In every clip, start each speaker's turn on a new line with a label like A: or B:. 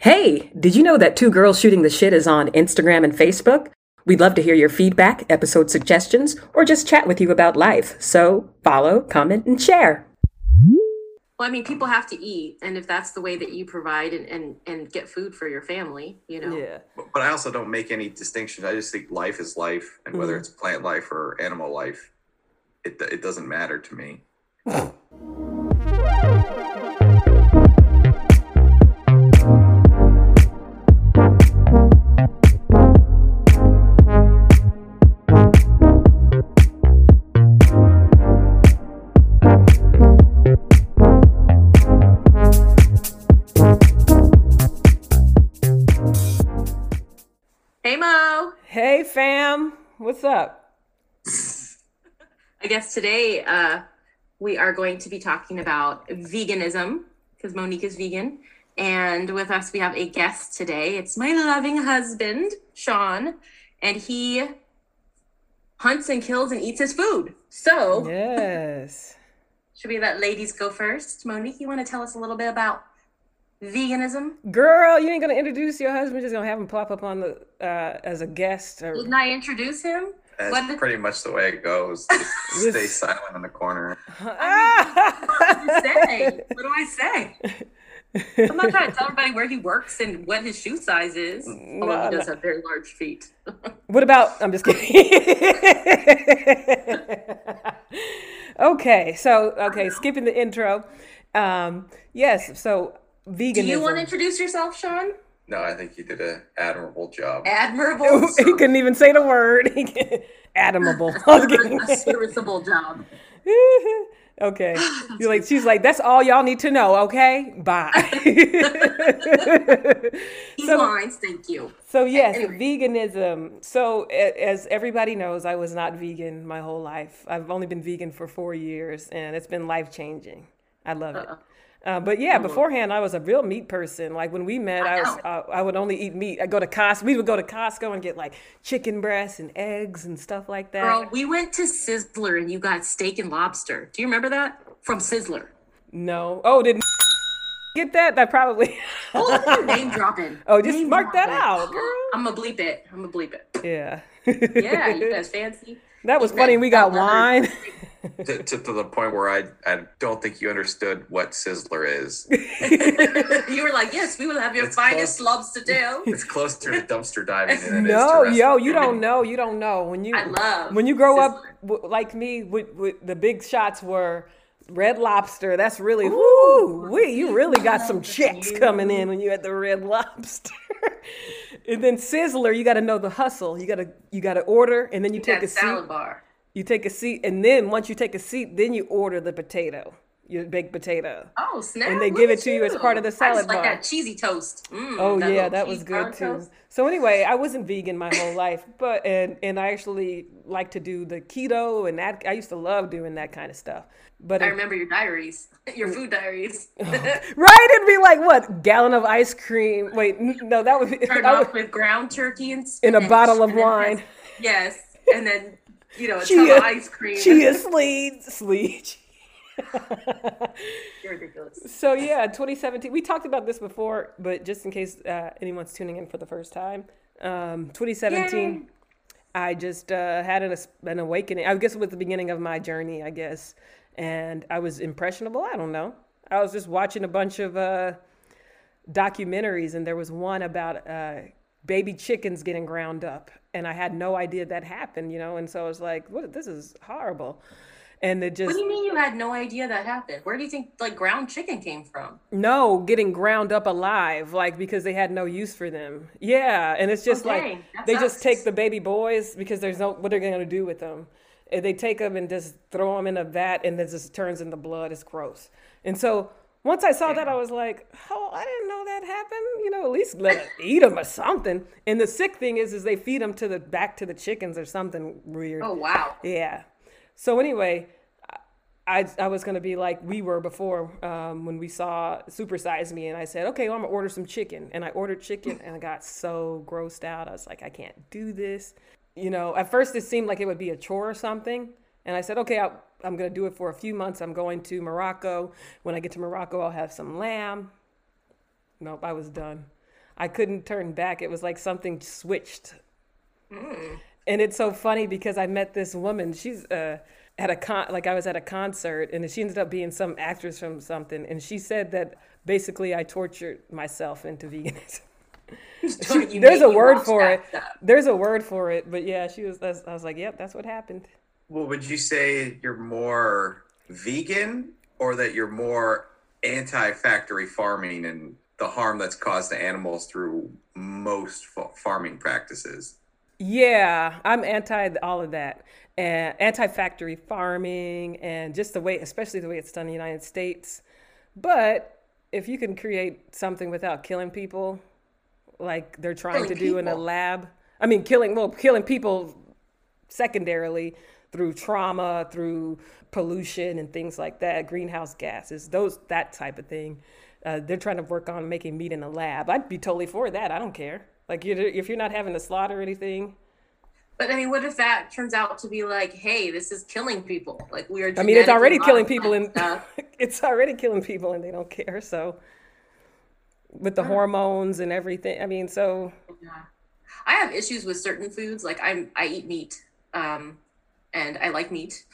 A: Hey, did you know that Two Girls Shooting the Shit is on Instagram and Facebook? We'd love to hear your feedback, episode suggestions, or just chat with you about life. So follow, comment, and share.
B: Well, I mean, people have to eat, and if that's the way that you provide and and, and get food for your family, you know.
C: Yeah.
D: But, but I also don't make any distinctions. I just think life is life, and
C: Mm.
D: whether it's plant life or animal life, it it doesn't matter to me.
B: Hey Mo.
C: Hey, fam. What's up?
B: I guess today uh, we are going to be talking about veganism because Monique is vegan, and with us we have a guest today. It's my loving husband, Sean, and he hunts and kills and eats his food. So
C: Yes.
B: should we let ladies go first? Monique, you want to tell us a little bit about veganism?
C: Girl, you ain't gonna introduce your husband. Just gonna have him plop up on the uh, as a guest. Or...
B: Didn't I introduce him?
D: That's
B: What did-
D: pretty much the way it goes. Just stay
C: Yes.
D: silent in the corner.
B: What do I say? What do I say? I'm not trying to tell everybody where he works and what his shoe size is. Although
C: Mm, No,
B: he does
C: no.
B: have very large feet.
C: What about? I'm just kidding. okay, so okay, skipping the intro. Um, yes, so veganism.
B: Do you want to introduce yourself, Sean?
D: No, I think you did an admirable job.
B: Admirable,
C: he couldn't even say the word. Adamable. I was kidding.
B: a serviceable job.
C: okay. You're like she's like, that's all y'all need to know, okay? Bye.
B: He's
C: So-
B: lines, thank you.
C: so yes,
B: Anyway.
C: veganism. So a- as everybody knows, I was not vegan my whole life. I've only been vegan for four years and it's been life changing. I love it. Uh, but yeah, beforehand I was a real meat person. Like when we met, I, was
B: Mm-hmm. know.
C: uh, I would only eat meat. I go to Costco. We would go to Costco and get like chicken breasts and eggs and stuff like that.
B: Girl, we went to Sizzler and you got steak and lobster. Do you remember that? From Sizzler.
C: No. Oh, did get that? That probably.
B: Oh, look at you name dropping.
C: Oh, just
B: Name
C: mark that
B: dropping.
C: out, girl.
B: I'm gonna bleep it. I'm gonna bleep it.
C: Yeah.
B: Yeah, you guys fancy.
C: that was
B: you
C: funny.
B: guys
C: We got
B: got
C: wine.
D: to, to, to the point where I, I don't think you understood what Sizzler is.
B: you were like, yes, we will have your
D: It's
B: finest
D: close.
B: lobster tail.
D: It's closer to dumpster diving than it is
C: No,
D: to
C: yo,
D: wrestling.
C: you don't know. You don't know when you
B: I love
C: when you grow up
B: Sizzler.
C: w- like me. With, with the big shots were Red Lobster. That's really woo. We you really got some checks coming in when you had the Red Lobster. and then Sizzler, you got to know the hustle. You got to you got to order, and then you take
B: That
C: a seat.
B: salad bar.
C: You take a seat, and then once you take a seat, then you order the potato, your baked potato.
B: Oh snap!
C: And they
B: look
C: give it
B: at
C: to you as part of the
B: I just
C: salad
B: like
C: bar.
B: that cheesy toast. Mm,
C: Oh yeah,
B: little
C: that
B: cheese
C: was good
B: salad
C: too.
B: toast.
C: So anyway, I wasn't vegan my whole life, but and and I actually like to do the keto and that I used to love doing that kind of stuff. But
B: I
C: it-
B: remember your diaries, your food diaries.
C: Oh. right, it'd be like what gallon of ice cream? Wait, n- no, that would be
B: Start
C: I would,
B: off with ground turkey and
C: in a
B: spinach,
C: bottle of
B: and then
C: wine.
B: yes- Yes, and then you know a tub
C: Chia-
B: of ice cream.
C: Chia seeds, sleet.
B: You're ridiculous.
C: So yeah, 2017. We talked about this before, but just in case uh, anyone's tuning in for the first time, um, 2017.
B: Yay.
C: I just uh, had an, as- an awakening. I guess it was the beginning of my journey, I guess. And I was impressionable. I don't know. I was just watching a bunch of uh, documentaries, and there was one about uh, baby chickens getting ground up. And I had no idea that happened, you know? And so I was like, what? This is horrible. And it
B: What
C: just,
B: do you mean you had no idea that happened? Where do you think like ground chicken came from?
C: no, getting ground up alive, like because they had no use for them. Yeah. And it's just
B: Okay,
C: like,
B: that
C: they just
B: sucks.
C: take the baby boys because there's no, what are they going to do with them? And they take them and just throw them in a vat and it just turns into blood. It's gross. And so once I saw that, I was like, oh, I didn't know that happened. You know, at least let it eat them or something. And the sick thing is, is they feed them to the, back to the chickens or something weird.
B: Oh wow!
C: Yeah. So anyway, I I was gonna be like we were before um, when we saw Super Size Me, and I said, okay, well, I'm gonna order some chicken, and I ordered chicken, and I got so grossed out. I was like, I can't do this. You know, at first it seemed like it would be a chore or something, and I said, okay, I, I'm gonna do it for a few months. I'm going to Morocco. When I get to Morocco, I'll have some lamb. Nope, I was done. I couldn't turn back. It was like something switched. And it's so funny because I met this woman. She's uh, at a con, like I was at a concert, and she ended up being some actress from something. And she said that basically I tortured myself into veganism.
B: Don't you
C: There's
B: make
C: a
B: me
C: word
B: watch
C: for
B: that
C: it.
B: stuff.
C: There's a word for it. But yeah, she was. that's- I was like, yep, that's what happened.
D: Well, would you say you're more vegan or that you're more anti factory farming and the harm that's caused to animals through most fa- farming practices?
C: Yeah, I'm anti th- all of that. And anti-factory farming and just the way, especially the way it's done in the United States. But if you can create something without killing people, like they're trying
B: Killing
C: to do in a
B: people.
C: lab, I mean, killing, well, killing people secondarily through trauma, through pollution and things like that, greenhouse gases, those that type of thing. Uh, they're trying to work on making meat in a lab. I'd be totally for that. I don't care. Like you're, if you're not having to slaughter anything,
B: But I mean, what if that turns out to be like, hey, this is killing people? Like we are.
C: I mean, it's
B: genetically
C: already killing people
B: modifying
C: and
B: stuff.
C: it's already killing people and they don't care. So with
B: Mm.
C: the hormones and everything, I mean, so
B: Yeah. I have issues with certain foods. Like I'm, I eat meat, um, and I like meat,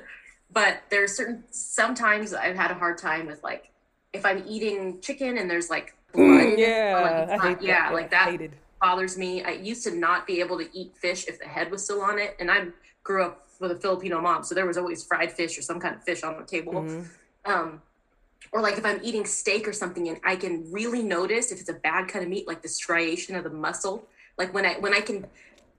B: but there's certain. Sometimes I've had a hard time with like, if I'm eating chicken and there's like blood, in it, or, like,
C: Mm, yeah,
B: it's
C: I
B: not-
C: hate that.
B: Mm. yeah, like that
C: Hated.
B: bothers me. I used to not be able to eat fish if the head was still on it, and I grew up with a Filipino mom, so there was always fried fish or some kind of fish on the table.
C: Mhm.
B: Um, or like if I'm eating steak or something, and I can really notice if it's a bad cut of meat, like the striation of the muscle. Like when I when I can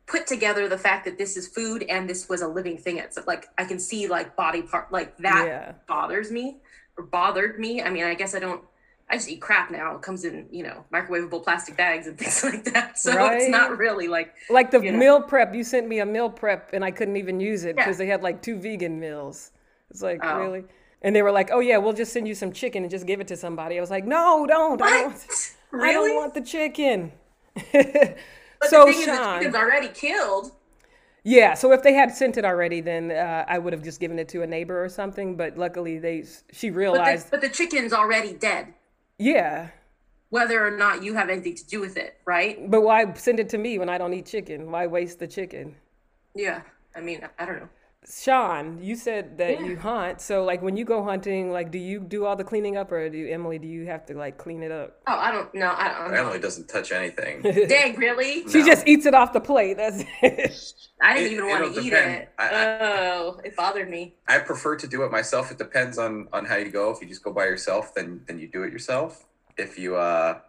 B: put together the fact that this is food and this was a living thing. It's like I can see like body part like that
C: Yeah.
B: bothers me or bothered me. I mean, I guess I don't. I just eat crap now. It comes in, you know, microwavable plastic bags and things like that. So it's
C: Right.
B: not really like,
C: Like the
B: you know.
C: meal prep, you sent me a meal prep and I couldn't even use it
B: Yeah.
C: because they had like two vegan meals. It's like,
B: Oh.
C: really? And they were like, oh yeah, we'll just send you some chicken and just give it to somebody. I was like, no, don't. I don't, want-
B: what?
C: I
B: Really?
C: don't want the chicken.
B: but
C: so
B: the thing is, the
C: Sean,
B: chicken's already killed.
C: Yeah, so if they had sent it already, then uh, I would have just given it to a neighbor or something. But luckily, they she
B: But
C: realized,
B: the, but the chicken's already dead,
C: yeah.
B: whether or not you have anything to do with it, right?
C: But why send it to me when I don't eat chicken? Why waste the chicken?
B: Yeah. I mean, I don't know.
C: Sean, you said that you hunt, so like when you go hunting, like do you do all the cleaning up, or do you, Emily, do you have to like clean it up?
B: Oh, I don't know. I don't know.
D: Emily doesn't touch anything.
B: Dang, really?
C: She
D: No.
C: just eats it off the plate. That's it.
B: I didn't
D: It-
B: even want
D: it'll
B: to eat
D: depend.
B: it.
D: I-
B: oh, it bothered me.
D: I prefer to do it myself. It depends on on how you go. If you just go by yourself, then then you do it yourself. If you uh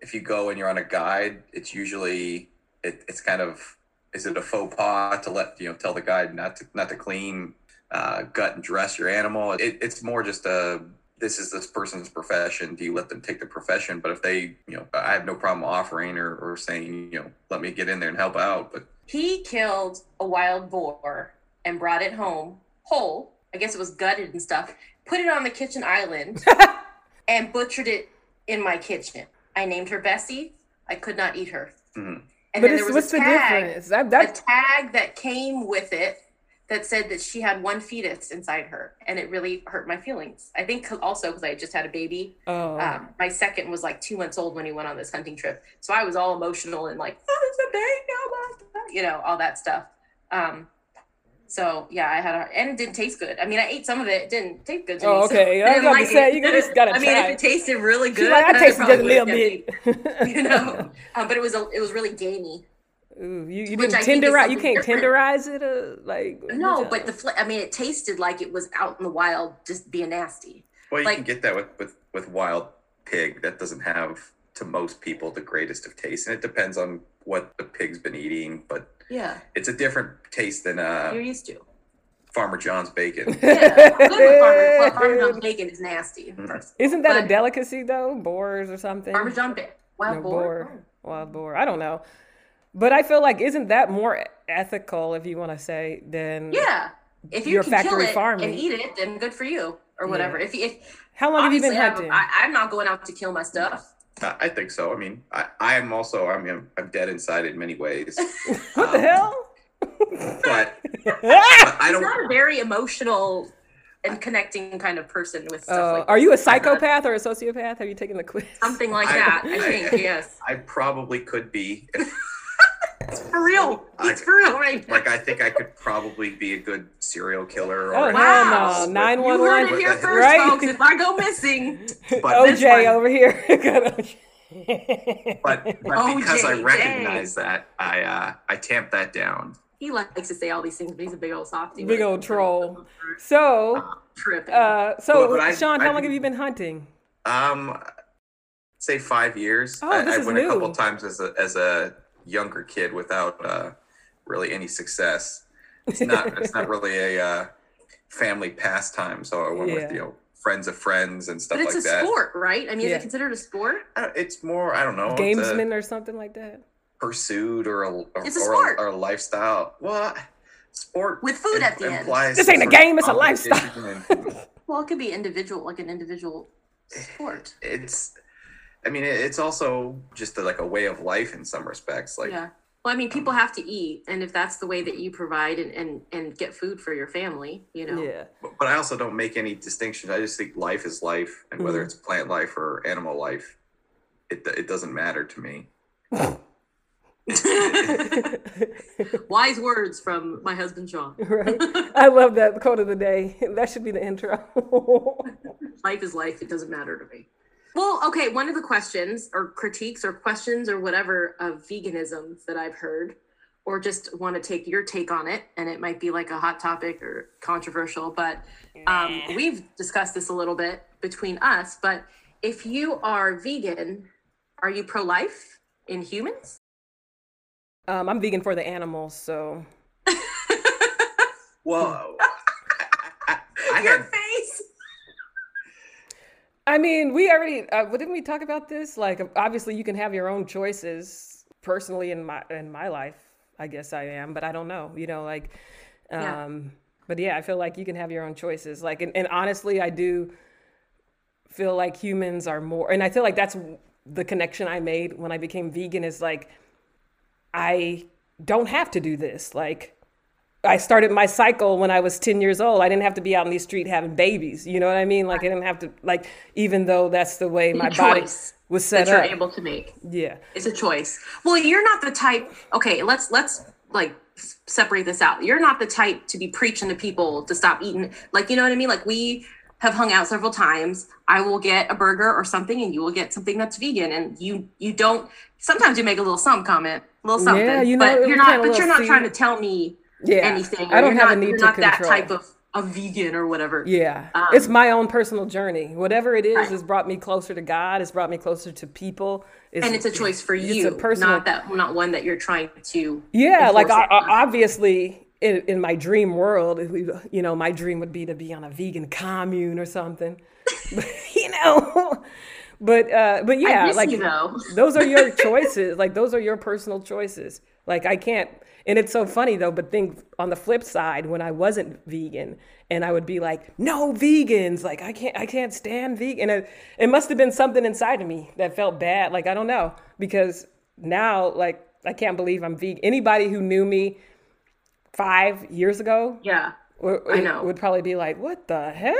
D: if you go and you're on a guide, it's usually it, it's kind of is it a faux pas to let you know tell the guide not to not to clean uh, gut and dress your animal? It, it's more just a this is this person's profession. Do you let them take the profession? But if they you know I have no problem offering or, or saying you know let me get in there and help out. But
B: He killed a wild boar and brought it home whole. I guess it was gutted and stuff. Put it on the kitchen island and butchered it in my kitchen. I named her Bessie. I could not eat her.
D: Mhm.
B: And
C: But
B: then
C: it's,
B: there was
C: what's
B: a
C: the
B: tag,
C: difference? That,
B: a
C: that
B: tag that came with it that said that she had one fetus inside her, and it really hurt my feelings. I think also because I had just had a baby.
C: oh,
B: Um, my second was like two months old when he went on this hunting trip. So I was all emotional and like, oh, it's a baby, oh my God," you know, all that stuff. Um, so yeah, I had a, and it didn't taste good. I mean, I ate some of it. It didn't taste good to
C: Oh,
B: me. so
C: okay. I was
B: didn't
C: about to say,
B: it.
C: you just gotta
B: I mean,
C: try.
B: if it tasted really
C: she's
B: good,
C: like I
B: then
C: tasted
B: probably
C: just a little
B: would've kept
C: bit.
B: it, You know, um, but it was, a, it was really gamey.
C: Ooh, you you
B: Which
C: didn't
B: I think is
C: tenderize. You
B: something
C: can't
B: different.
C: tenderize it, uh, like uh,
B: No, but the, fl- I mean, it tasted like it was out in the wild, just being nasty.
D: Well, you can
B: Like-
D: get that with, with with wild pig. That doesn't have to most people the greatest of taste, and it depends on what the pig's been eating. But
B: Yeah.
D: it's a different taste than
B: You're
D: uh,
B: used to.
D: Farmer John's bacon.
B: Yeah. Good with farmer, well, Parmesan bacon is nasty.
D: Mm-hmm.
B: First.
C: Isn't that a
B: But-
C: delicacy though? Boars or something?
B: Parmesan bacon. Wild
C: No,
B: boar. Oh.
C: boar. Wild boar. I don't know. But I feel like isn't that more e-, ethical, if you want to say, than
B: Yeah. If you
C: Your
B: can
C: factory
B: kill it
C: farming.
B: and eat it, then good for you or whatever. If if
C: How long have you been
B: obviously
C: hunting?
B: I'm, I, I'm not going out to kill my stuff.
D: I I think so. I mean, I I am also I mean I'm dead inside in many ways,
C: what
B: Oh.
C: the hell?
D: but
C: Ah!
D: I
B: It's not
D: don't.
B: a very emotional and connecting kind of person with stuff
C: Uh,
B: like
C: are
B: this.
C: you a psychopath or a sociopath? Have you taken the quiz?
B: something like
D: I-
B: that? I
D: I-
B: think yes,
D: I probably could be.
B: it's for real.
D: I-
B: It's for real right now.
D: like I think I could probably be a good serial killer.
C: Oh
D: Or
C: hell
B: Wow.
C: no!
D: Nine
C: Nine
D: one.
B: You
C: one
B: heard it
C: one.
B: here
D: Right.
B: first, folks. If I go missing,
D: But,
B: this one.
C: OJ over here. Good OJ.
D: but, but
B: Oh,
D: because I
B: Jay,
D: recognize that, I uh, I tamp that down.
B: he likes to say all these things, but he's a big old softy.
C: Big old troll. so,
B: Tripping.
C: uh,
D: Well,
C: so
D: but I-
C: Sean, how
D: I
C: long have
D: didn't-
C: you been hunting?
D: Um, say five years.
C: Oh,
D: I,
C: this
D: I
C: is
D: went a couple
C: new.
D: times as a as a younger kid without uh, really any success. It's not it's not really a uh, family pastime. So I went
C: Yeah.
D: with you know friends of friends and stuff
B: but it's
D: like
B: a
D: that.
B: sport, right? I mean, is
C: Yeah.
B: it considered a sport?
D: I don't- It's more I don't know. it's a-
C: Gamesman or something like that.
D: pursued or a, or,
B: It's a
D: or
B: sport.
D: or a lifestyle. Well, sport
B: With food
D: im-
B: at the end.
D: implies
C: This ain't a
D: sort of
C: game, it's a lifestyle.
D: competition and
B: Well, it could be individual, like an individual sport.
D: it's, I mean, it- it's also just a, like a way of life in some respects. Like, um,
B: yeah. Well, I mean, people have to eat, and if that's the way that you provide and and, and get food for your family, you know,
C: Yeah.
D: but, but I also don't make any distinctions. I just think life is life, and whether
C: Mhm.
D: it's plant life or animal life, it it doesn't matter to me.
B: Wise words from my husband Sean.
C: right. I love that quote of the day. That should be the intro.
B: Life is life. It doesn't matter to me. Well, okay. One of the questions or critiques or questions or whatever of veganism that I've heard, or just want to take your take on it, and it might be like a hot topic or controversial, but um, we've discussed this a little bit between us. But if you are vegan, are you pro life in humans?
C: um, I'm vegan for the animals, so
D: Well, I, I, I
B: your
D: had
B: face.
C: I mean, we already uh, well, didn't we talk about this? Like, obviously, you can have your own choices. Personally, in my in my life, I guess I am, but I don't know. You know, like, um,
B: Yeah.
C: but yeah, I feel like you can have your own choices. Like, and, and honestly, I do feel like humans are more, and I feel like that's the connection I made when I became vegan. Is like, I don't have to do this. Like, I started my cycle when I was 10 years old. I didn't have to be out in the street having babies. You know what I mean? Like I didn't have to like even though that's the way my body
B: choice
C: was set
B: That you're
C: up.
B: able to make.
C: yeah.
B: It's a choice. Well, you're not the type. Okay, let's let's like s- separate this out. You're not the type to be preaching to people to stop eating. Like you know what I mean? Like we have hung out several times. I will get a burger or something, and you will get something that's vegan. And you you don't. Sometimes you make a little some comment, a little something.
C: Yeah, you know,
B: but you're not.
C: kinda
B: But
C: little
B: you're not
C: seed.
B: trying to tell me
C: Yeah.
B: anything. or
C: I don't
B: you're
C: have
B: not,
C: a need
B: you're
C: to
B: not that
C: control.
B: type of a vegan or whatever.
C: Yeah.
B: Um,
C: it's my own personal journey. Whatever it is
B: Right.
C: has brought me closer to God, it's brought me closer to people. It's,
B: And it's a choice for
C: It's a
B: you,
C: personal-
B: not that not one that you're trying to.
C: Yeah, like
B: enforce
C: I,
B: upon.
C: I- obviously in, in my dream world, if we- you know, my dream would be to be on a vegan commune or something. But, you know. But uh but yeah,
B: I miss
C: like
B: you though.
C: those are your choices like those are your personal choices like i can't and it's so funny though but think on the flip side when i wasn't vegan and i would be like no vegans like i can't i can't stand vegan and it, it must have been something inside of me that felt bad like i don't know because now like i can't believe i'm vegan anybody who knew me five years ago
B: Yeah.
C: w-
B: I know.
C: would probably be like what the hell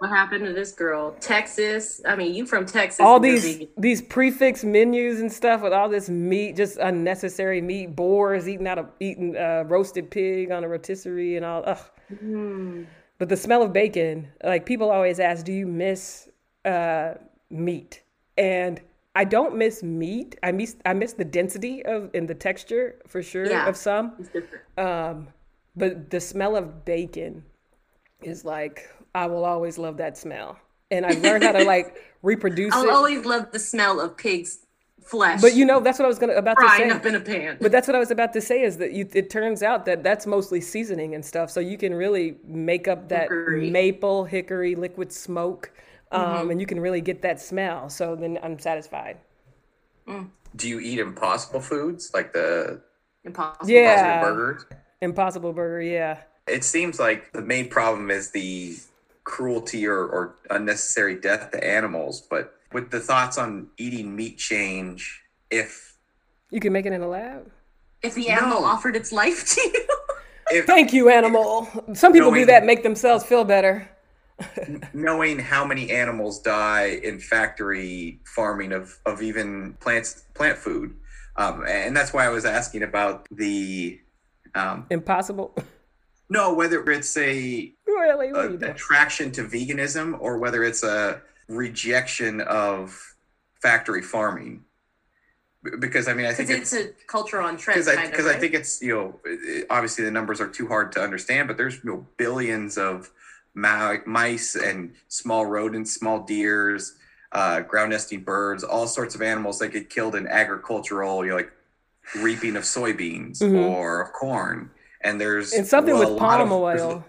B: what happened to this girl? Texas. I mean, you from Texas.
C: all
B: and you're
C: these
B: vegan.
C: these prefix menus and stuff with all this meat, just unnecessary meat, boars eating out of eating uh, roasted pig on a rotisserie and all. Ugh.
B: Hmm.
C: But the smell of bacon, like people always ask, do you miss uh, meat? And I don't miss meat. I miss I miss the density of and the texture for sure
B: Yeah.
C: of some.
B: It's different.
C: But the smell of bacon is like I will always love that smell. And I've learned how to like reproduce
B: I'll
C: it.
B: always love the smell of pig's flesh
C: But you know, that's what I was gonna about to
B: frying
C: say.
B: up in a pan.
C: But that's what I was about to say is that you, it turns out that that's mostly seasoning and stuff. So you can really make up that
B: Hickory.
C: maple, hickory, liquid smoke, um,
D: Mm-hmm.
C: and you can really get that smell. So then I'm satisfied.
D: Do you eat impossible foods like the
B: Impossible.
C: Yeah.
D: Impossible burgers?
C: Impossible Burger, yeah.
D: it seems like the main problem is the cruelty or, or unnecessary death to animals but with the thoughts on eating meat change if
C: You can make it in a lab.
B: If the animal
D: No.
B: offered its life to you,
D: if
C: Thank you, animal. Some people do
D: Knowing-
C: that, make themselves feel better.
D: knowing how many animals die in factory farming of, of even plants plant food um, and that's why i was asking about the um,
C: Impossible.
D: no whether it's a,
C: really?
D: a
C: What are you doing?
D: attraction to veganism or whether it's a rejection of factory farming B- because i mean i think
B: Because it's a culture on trend.
D: because I,
B: kind of,
D: because I
B: right?
D: think it's you know it- obviously the numbers are too hard to understand, but there's you know billions of ma- mice and small rodents, small deers, uh, ground nesting birds, all sorts of animals that get killed in agricultural, you know, like reaping of soybeans
C: Mhm.
D: or of corn, and there's
C: And something
D: well, a
C: with
D: lot
C: palm
D: of- there's-
C: oil.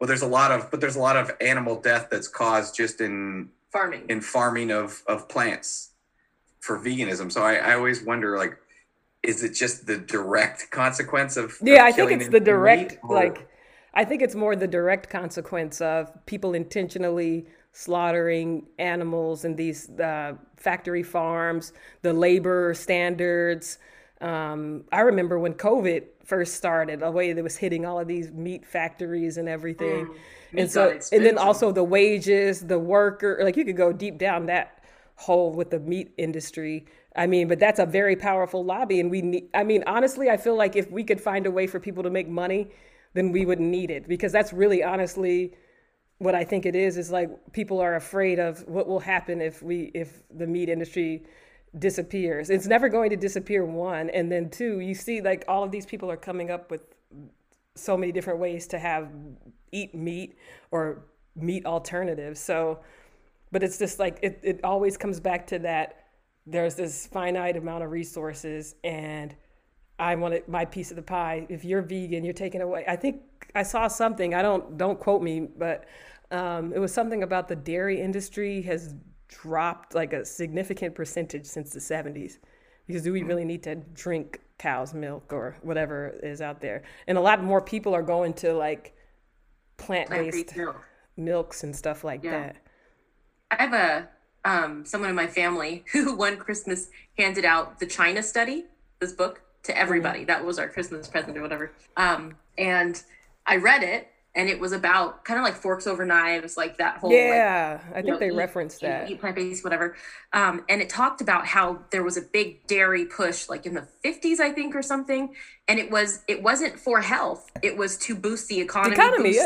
D: Well, there's a lot of but there's a lot of animal death that's caused just in
B: farming.
D: in farming of of plants for veganism. So I, I always wonder like, is it just the direct consequence of? of
C: Yeah, I think
D: killing
C: it's the
D: meat,
C: direct
D: or-
C: like I think it's more the direct consequence of people intentionally slaughtering animals in these uh, factory farms, the labor standards. Um, I remember when COVID first started, the way that was hitting all of these meat factories and everything.
B: Mm, meat
C: and so,
B: got
C: and then
B: expensive.
C: also the wages, the worker, like you could go deep down that hole with the meat industry. I mean, but that's a very powerful lobby. And we need, I mean, honestly, I feel like if we could find a way for people to make money, then we wouldn't need it because that's really honestly what I think it is is like people are afraid of what will happen if we if the meat industry disappears. It's never going to disappear one and then two, you see like all of these people are coming up with so many different ways to have eat meat or meat alternatives. So but it's just like it, it always comes back to that there's this finite amount of resources and I wanted my piece of the pie. If you're vegan, you're taking away. I think I saw something. I don't don't quote me, but um, it was something about the dairy industry has dropped like a significant percentage since the 70s. Because do we really need to drink cow's milk or whatever is out there? And a lot more people are going to like plant-based
B: Plant-based milk.
C: milks and stuff like
B: Yeah.
C: that.
B: I have a um, someone in my family who one Christmas handed out the China Study, this book, to everybody.
C: Mm.
B: That was our Christmas present or whatever. Um, and I read it, and it was about kind of like forks over knives, like that whole like,
C: Yeah, I think
B: know,
C: they
B: eat-
C: referenced
B: you know,
C: that.
B: Eat plant based, whatever. Um, and it talked about how there was a big dairy push, like in the 50s, I think, or something. And it was it wasn't for health; it was to boost the economy.
C: Economy,
B: boost-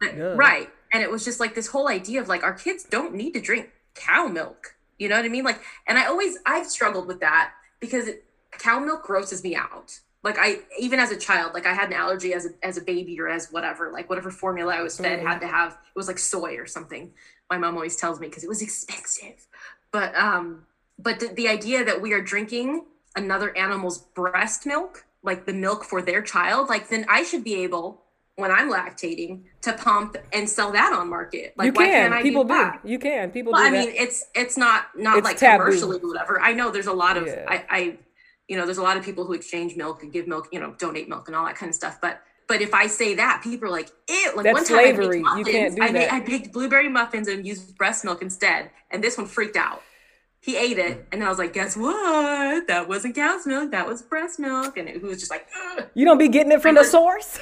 C: yes.
B: uh, right? And it was just like this whole idea of like our kids don't need to drink cow milk. You know what I mean? Like, and I always I've struggled with that because it, cow milk grosses me out. Like I even as a child, like I had an allergy as a, as a baby or as whatever, like whatever formula I was fed had to have it was like soy or something. My mom always tells me because it was expensive. But um, but the, the idea that we are drinking another animal's breast milk, like the milk for their child, like then I should be able when I'm lactating to pump and sell that on market. Like
C: you
B: why
C: can.
B: can't I
C: people do.
B: do that?
C: You can. People
B: Well,
C: do
B: I
C: that.
B: mean, it's it's not not
C: It's
B: like
C: taboo.
B: commercially or whatever. I know there's a lot of
C: Yeah.
B: I, I you know there's a lot of people who exchange milk and give milk, you know, donate milk and all that kind of stuff. But but if I say that, people are like, "Ew!" Like
C: That's
B: one time I baked
C: slavery. You
B: muffins,
C: can't do
B: I, made-
C: that.
B: I baked blueberry muffins and used breast milk instead, and this one freaked out. He ate it, and I was like, "Guess what? That wasn't cow's milk. That was breast milk." And he was just like, "Ugh."
C: You don't be getting it from the
B: Remember-
C: source.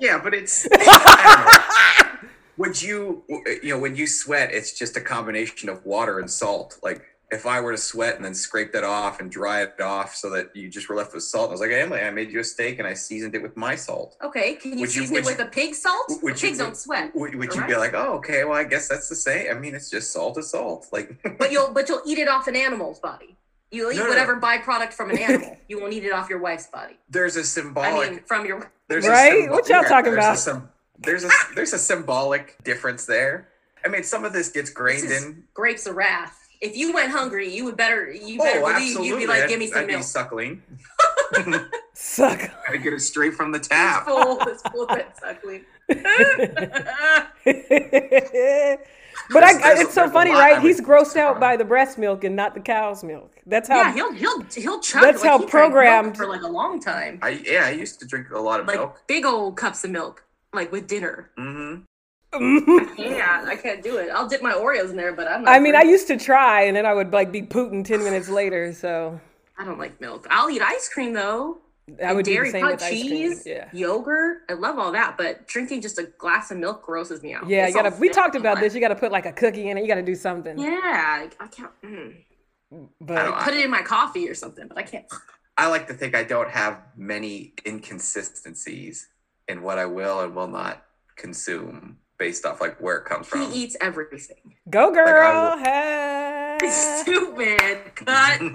D: Yeah, but it's. I don't know. Would you, you know, when you sweat, it's just a combination of water and salt. Like if I were to sweat and then scrape that off and dry it off so that you just were left with salt, I was like, Emily, I made you a steak and I seasoned it with my salt.
B: "Okay, can you
D: Would you-
B: season it
D: would
B: with
D: you-
B: a pig salt?
D: would you-
B: Pigs don't sweat."
D: Would, would you be
B: Correct.
D: like, oh, okay, well, I guess that's the same. I mean, it's just salt is salt. Like,
B: But you'll but you'll eat it off an animal's body. You'll eat
D: No, no,
B: whatever byproduct from an animal. you won't eat it off your wife's body.
D: there's a
B: I
D: symbolic.
B: mean, from your
D: There's
C: Right?
D: symbo-
C: What y'all talking
D: there's
C: about?
D: A, sym- there's a there's a symbolic difference there. I mean, some of this gets grained
B: This is-
D: in.
B: grapes of wrath. If you went hungry, you would better you better
D: Oh,
B: believe
D: absolutely.
B: you'd be like,
D: I'd-
B: give me some
D: I'd be
B: milk.
D: suckling.
C: Suck.
D: I get it straight from the
B: It's
D: tap.
B: full. It's full. It's ugly.
C: but I, I,
D: There's-
C: it's so
D: there's a
C: funny,
D: lot
C: right?
D: I
C: He's
D: would-
C: grossed out by the breast milk and not the cow's milk. That's how.
B: yeah, he'll he'll he'll chug.
C: That's
B: like,
C: how
B: he drank milk
C: programmed-
B: for like a long time.
D: I yeah, I used to drink a lot of
B: Like
D: milk.
B: big old cups of milk, like with dinner.
D: Mm-hmm.
B: Yeah, I can't do it. I'll dip my Oreos in there, but I'm. Not
C: I mean, I
B: drinking-
C: used to try, and then I would like be pooting ten minutes later. So
B: I don't like milk. I'll eat ice cream though.
C: I would do the
B: dairy
C: same
B: product,
C: with ice cream.
B: cheese,
C: Yeah.
B: yogurt. I love all that, but drinking just a glass of milk grosses me out.
C: Yeah, you
B: It's all
C: gotta. We
B: thick
C: talked
B: and
C: about
B: wet.
C: this. You gotta put like a cookie in it. You gotta do something.
B: Yeah, I I can't. Mm. I
C: But
B: don't put it in my coffee or something, but I can't.
D: I like to think I don't have many inconsistencies in what I will and will not consume based off like where it comes
B: He
D: from.
B: eats everything.
C: go, girl.
D: will-
C: hey.
B: Stupid. Cut. no,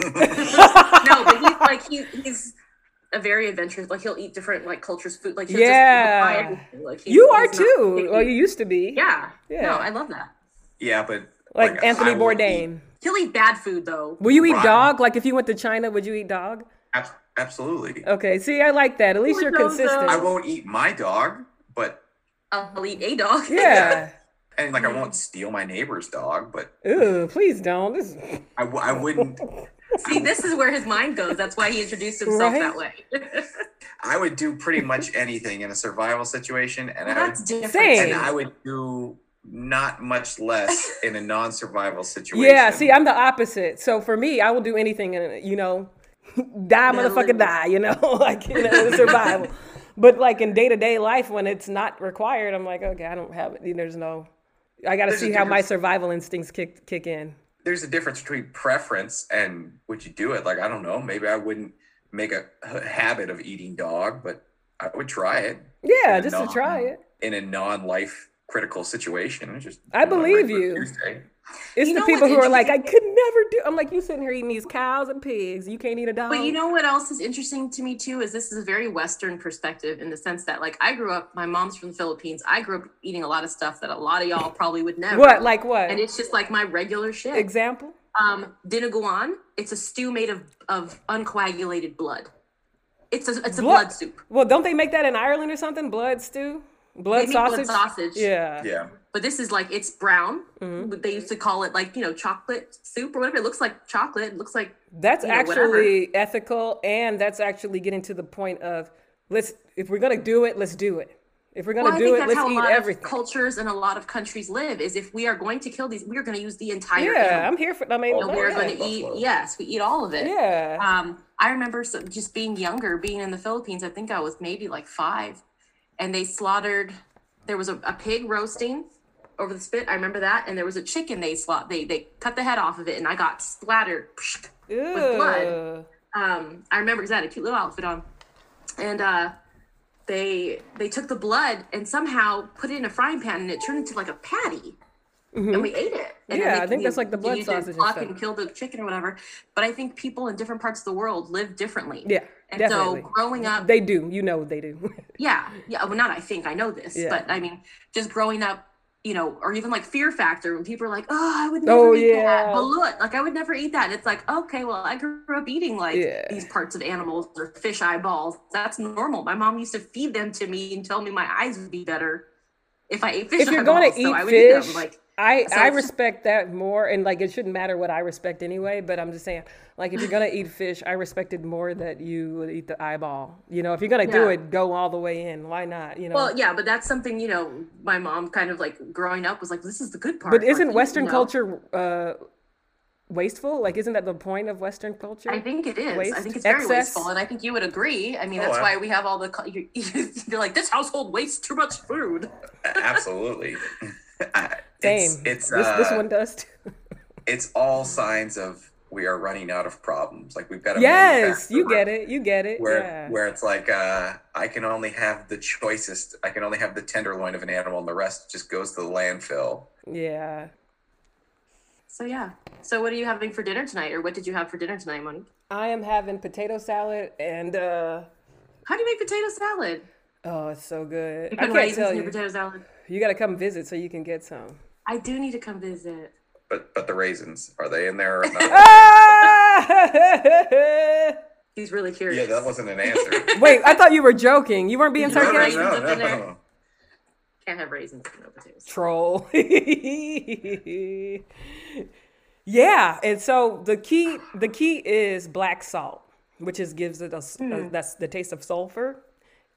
B: but he's like he, he's a very adventurous. Like he'll eat different like cultures, food. Like he'll
C: Yeah.
B: just, he'll buy everything. Like, he's-
C: you are
B: he's not
C: too.
B: picky.
C: Well, you used to be.
B: yeah.
C: Yeah.
B: No, I love that.
D: yeah, but
C: like,
D: like,
C: Anthony
D: I will eat-
C: Bourdain.
B: He'll eat bad food though.
C: Will you eat
D: Right.
C: dog? Like if you went to China, would you eat dog?
D: ab- absolutely.
C: Okay. See, I like that. At least
B: Poor
C: you're
B: Zozo.
C: consistent.
D: I won't eat my dog, but
B: I'll eat a dog.
C: yeah.
D: and like I
C: Hmm.
D: won't steal my neighbor's dog, but
C: Ooh, please don't. This is-
D: I, w- I wouldn't.
B: See, this is where his mind goes. That's why he introduced himself
C: Right?
B: that way.
D: I would do pretty much anything in a survival situation, and I would,
B: That's different.
C: Same.
D: and I would do not much less in a non-survival situation.
C: Yeah. See, I'm the opposite. So for me, I will do anything. And you know, die,
B: No,
C: motherfucker,
B: no.
C: die. You know, like you know, survival. but like in day to day life, when it's not required, I'm like, okay, I don't have it. There's no. I got to
D: There's a
C: see how my
D: difference.
C: survival instincts kick kick in.
D: there's a difference between preference and would you do it? Like I don't know, maybe I wouldn't make a, a habit of eating dog, but I would try it
C: Yeah,
D: Yeah,
C: just
D: no.
C: to try it.
D: in a non-life critical situation. It's Just
C: I
D: you know,
C: believe
D: regular
C: you.
D: Tuesday.
C: It's
B: You
C: the
B: know
C: people
B: what's
C: who are like, I could never do. I'm like, you sitting here eating these cows and pigs. You can't eat a dog.
B: But you know what else is interesting to me too is this is a very Western perspective in the sense that like I grew up, my mom's from the Philippines. I grew up eating a lot of stuff that a lot of y'all probably would never.
C: what? Like what?
B: And it's just like my regular shit.
C: Example?
B: Um, dinaguan. It's a stew made of of uncoagulated blood. It's a it's a blood, soup.
C: Well, don't they make that in Ireland or something? Blood stew, blood
B: They make
C: sausage.
B: blood sausage.
C: Yeah. Mm-hmm.
D: Yeah.
B: But this is like it's brown. But They used to call it like you know chocolate soup or whatever. It looks like chocolate. It looks like
C: that's
B: You know,
C: actually ethical, and that's actually getting to the point of let's if we're gonna do it, let's do it. If we're gonna
B: Well, I
C: do
B: think
C: it,
B: that's
C: let's
B: how a
C: eat
B: lot
C: everything.
B: of cultures and a lot of countries live. Is if we are going to kill these, we are going to use the entire.
C: yeah,
B: animal.
C: I'm here for. I mean,
D: Oh,
B: And we're
D: yeah.
B: going to eat.
D: Buffalo.
B: Yes, we eat all of it.
C: yeah.
B: Um, I remember so, just being younger, being in the Philippines. I think I was maybe like five, and they slaughtered. There was a, a pig roasting over the spit. I remember that, and there was a chicken they slot. They they cut the head off of it, and I got splattered.
C: Ew.
B: blood. Um, I remember because I had a cute little outfit on, and uh, they they took the blood and somehow put it in a frying pan, and it turned into like a patty and we ate it. And
C: Mm-hmm. Yeah, I think that's like the blood sausage
B: And
C: and
B: pluck
C: stuff.
B: and kill the chicken or whatever. But I think people in different parts of the world live differently.
C: Yeah,
B: And
C: definitely.
B: so growing up,
C: They do. You know they do.
B: yeah, yeah. Well, not I think I know this,
C: Yeah.
B: but I mean, just growing up, you know, or even like Fear Factor, when people are like, "Oh, I would never
C: Oh,
B: eat
C: yeah.
B: that," but look, like I would never eat that. It's like, okay, well, I grew up eating like
C: Yeah.
B: these parts of animals or fish eyeballs. That's normal. My mom used to feed them to me and tell me my eyes would be better if I ate fish.
C: if you're
B: eyeballs.
C: going to
B: so
C: eat
B: I would eat
C: fish,
B: them. like
C: I, I
B: so it's just-
C: respect that more. And like, it shouldn't matter what I respect anyway, but I'm just saying, like, if you're going to eat fish, I respected more that you would eat the eyeball. You know, if you're going to do
B: Yeah.
C: it, go all the way in. Why not? You know,
B: Well, yeah, but that's something you know. My mom kind of like growing up was like, "This is the good part."
C: but
B: like,
C: isn't
B: you
C: Western
B: know?
C: culture uh, wasteful? Like, isn't that the point of Western culture?
B: I think it is. I
C: waste?
B: think it's very
C: Excess?
B: wasteful, and I think you would agree. I mean,
D: Oh,
B: that's
D: I-
B: why we have all the. cul- you- You're like this household wastes too much food.
D: A- Absolutely. I-
C: Same.
D: It's, it's
C: this, this
D: uh,
C: one does too.
D: it's all signs of we are running out of problems. Like we've got a
C: yes, you
D: manufacturer
C: get it. You get it.
D: Where
C: yeah.
D: where it's like uh, I can only have the choicest. I can only have the tenderloin of an animal, and the rest just goes to the landfill.
C: yeah.
B: So yeah. So what are you having for dinner tonight, or what did you have for dinner tonight, Monique?
C: I am having potato salad and, uh,
B: How do you make potato salad?
C: oh, it's so good.
B: You
C: I
B: put
C: can't
B: raisins
C: tell
B: in your
C: you.
B: potato salad.
C: You got to come visit so you can get some.
B: I do need to come visit.
D: But but the raisins are they in there? Or not?
C: Ah!
B: He's really curious.
D: yeah, that wasn't an answer.
C: Wait, I thought you were joking. You weren't being
B: No,
D: no,
C: sarcastic.
B: raisins up
D: no,
B: in there.
D: no.
B: Can't have raisins in no potatoes.
C: Troll. yeah, and so the key the key is black salt, which is gives it a, s- a- that's the taste of sulfur,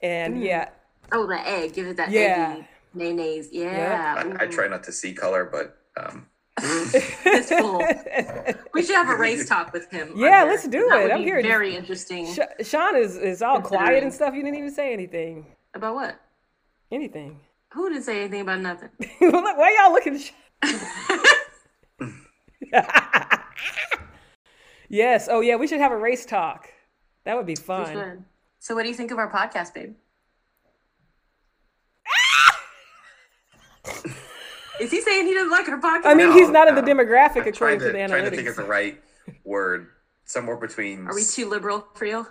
C: and yeah,
B: Oh, the egg. Give it that
C: Yeah.
B: eggy mayonnaise. Yeah.
D: I, I try not to see color, but um,
B: this fool. We should have a race talk with him. on
C: Yeah,
B: there.
C: let's do
B: That
C: it.
B: would
C: I'm
B: be
C: here to-
B: Very interesting.
C: Sha Sean is, is all quiet
B: Considering.
C: and stuff. You didn't even say anything.
B: About what?
C: Anything.
B: Who didn't say anything about nothing?
C: Look, Why y'all looking? sh- yes. Oh yeah, we should have a race talk. That would be
B: We
C: fun.
B: should. So, what do you think of our podcast, babe? Is he saying he doesn't like our podcast?
C: I mean,
D: No,
C: he's not in the
D: no.
C: demographic
D: I'm
C: according
D: trying
C: to,
D: to,
C: the
D: trying to think of the
C: analytics.
D: right word. Somewhere between
B: are we too liberal for you?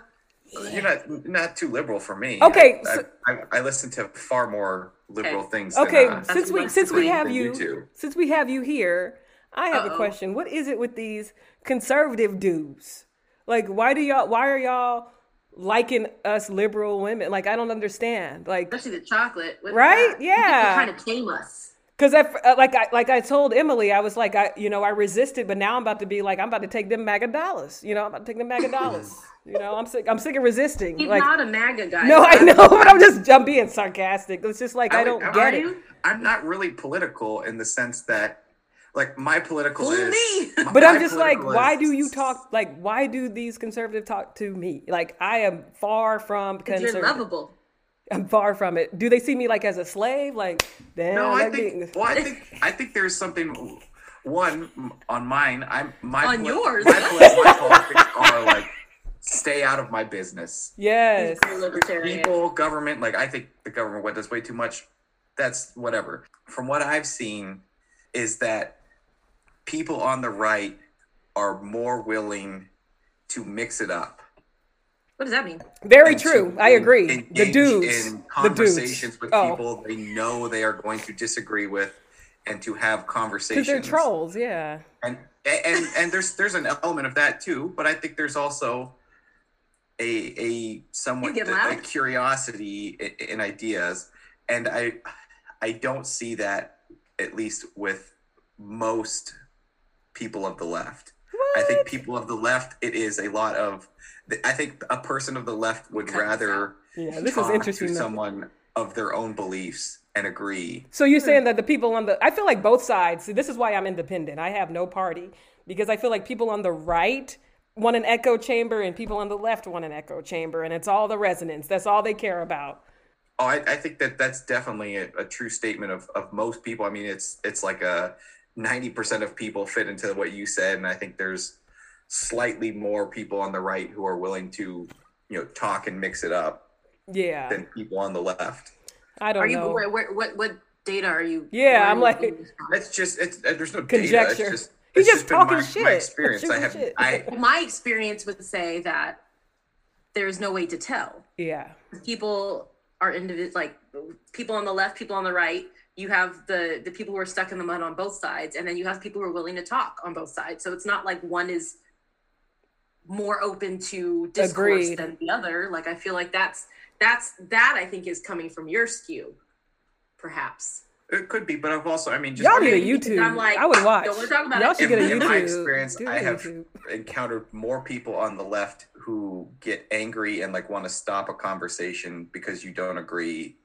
D: You're not not too liberal for me.
C: Okay,
D: I,
C: so-
D: I, I, I listen to far more liberal
B: Okay.
D: things.
C: Okay,
D: than, uh,
C: since we
B: That's
C: since we
D: than-
C: have
D: than
C: you
D: two.
C: since we have you here, I have a
B: Uh-oh.
C: question. What is it with these conservative dudes? Like, why do y'all? Why are y'all liking us liberal women? Like, I don't understand. Like,
B: Especially the chocolate, What's
C: Right?
B: that?
C: Yeah.
B: kind of tame us.
C: Cause I f- uh, like I like I told Emily, I was like I you know I resisted, but now I'm about to be like I'm about to take them MAGA dollars. You know I'm about to take them MAGA dollars. you know I'm sick I'm sick of resisting.
B: He's
C: like
B: not a MAGA guy.
C: no, I
B: so
C: know, but I'm just I'm being sarcastic. It's just like I,
D: would-
C: don't
D: would
C: get
B: are
C: it.
B: you?
D: I'm not really political in the sense that, like, my political
B: Fool
D: is.
B: me.
D: my-
C: But
D: my
C: I'm just like,
D: political
C: why
D: is-
C: do you talk like why do these conservative talk to me? Like I am far from
B: 'Cause
C: conservative.
B: You're lovable.
C: I'm far from it. Do they see me like as a slave? Like damn,
D: No, I
C: that
D: think.
C: being-
D: Well, I think I think there's something. One m- on mine, I'm my
B: On yours.
D: My political politics are like, stay out of my business.
C: yes.
B: He's very libertarian.
D: people, government, like I think the government went this way too much. That's whatever. From what I've seen, is that people on the right are more willing to mix it up.
B: What does that mean?
C: Very
D: and to
C: true. I agree. The
D: engage
C: dudes.
D: in
C: the dudes.
D: conversations with
C: Oh.
D: people they know they are going to disagree with, and to have
C: Because
D: conversations.
C: they're trolls, yeah.
D: and and and there's there's an element of that too but i think there's also a a somewhat
B: You get
D: a, a
B: loud?
D: curiosity i- in ideas and i i don't see that at least with most people of the left i think people of the left it is a lot of i think a person of the left would
B: Cut this
D: rather
C: Yeah, this is
D: talk
C: interesting.
D: to
C: though.
D: someone of their own beliefs and agree
C: So you're
B: Hmm.
C: saying that the people on the I feel like both sides. See, this is why I'm independent. I have no party because I feel like people on the right want an echo chamber and people on the left want an echo chamber and it's all the resonance. That's all they care about.
D: Oh, I, I think that that's definitely a, a true statement of, of most people. I mean, it's it's like a ninety percent of people fit into what you said, and I think there's slightly more people on the right who are willing to you know talk and mix it up
C: Yeah.
D: than people on the left.
C: I don't
B: Are you
C: know.
B: where, where, what what data are you?
C: Yeah,
B: where are
C: I'm
B: you
C: like-
B: getting this from?
D: It's just it's uh, there's no Data.
C: Conjecture.
D: It's just
C: He's
D: it's
C: just
D: been
C: talking
D: my,
C: shit.
D: My experience. I
C: Shooting
D: have
C: shit.
D: I
B: My experience would say that there is no way to tell.
C: yeah.
B: people are individ like people on the left, people on the right. You have the the people who are stuck in the mud on both sides, and then you have people who are willing to talk on both sides. So it's not like one is more open to discourse
C: Agreed.
B: than the other. Like I feel like that's that's that I think is coming from your skew, perhaps.
D: it could be, but I've also I mean just
C: Y'all need a
B: because
C: YouTube.
B: I'm like,
C: I would watch.
B: don't wanna talk about
C: Y'all
B: it.
C: should get a
D: in,
C: YouTube.
D: in my experience,
C: Do
D: I
C: a
D: have
C: YouTube.
D: encountered more people on the left who get angry and like want to stop a conversation because you don't agree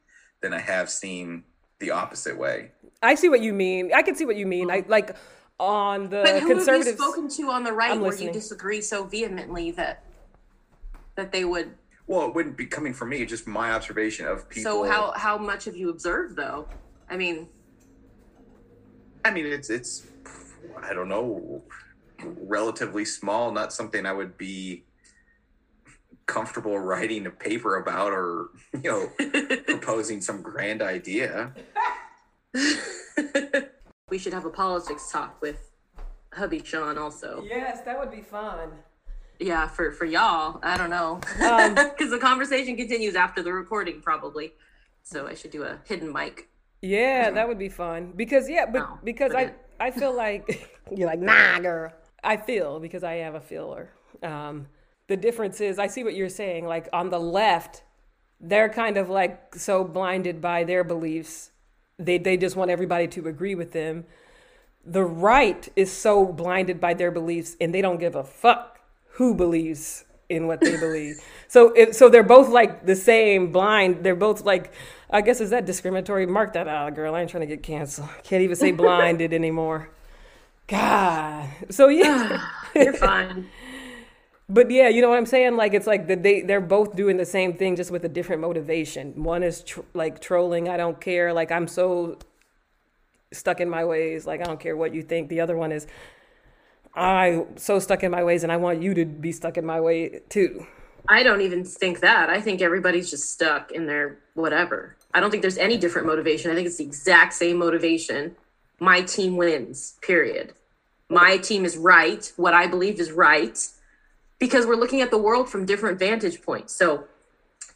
D: than I have seen the opposite way.
C: I see what you mean. I can see what you mean. I like on the
B: Mm-hmm. But who have you
C: conservative
B: spoken to on the right
C: I'm
B: where
C: listening.
B: you disagree so vehemently that that they would?
D: Well, it wouldn't be coming from me, just my observation of people.
B: So how how much have you observed though? I mean,
D: I mean, it's it's I don't know, relatively small, not something I would be comfortable writing a paper about or you know proposing some grand idea.
B: we should have a politics talk with hubby Sean also. Yeah,
C: Yes, that would be fun.
B: for for y'all. I don't know
C: Um,
B: because the conversation continues after the recording probably. So I should do a hidden mic.
C: Yeah, that would be fun because yeah, but
B: No,
C: because I
B: forget
C: I feel like you're like nah, girl. I feel because I have a feeler. Um, the difference is I see what you're saying. Like on the left, they're kind of like so blinded by their beliefs, they they just want everybody to agree with them. The right is so blinded by their beliefs, and they don't give a fuck who believes in what they believe. So it, so they're both like the same blind. They're both like, I guess is that discriminatory? Mark that out, girl. I ain't trying to get canceled. Can't even say blinded anymore. God. So yeah.
B: You're fine.
C: But yeah, you know what I'm saying? Like it's like that they they're both doing the same thing just with a different motivation. One is tr- like trolling, I don't care, like I'm so stuck in my ways, like I don't care what you think. The other one is I so stuck in my ways and I want you to be stuck in my way too.
B: I don't even think that. I think everybody's just stuck in their whatever. I don't think there's any different motivation. I think it's the exact same motivation. My team wins, period. My team is right. What I believe is right because we're looking at the world from different vantage points. So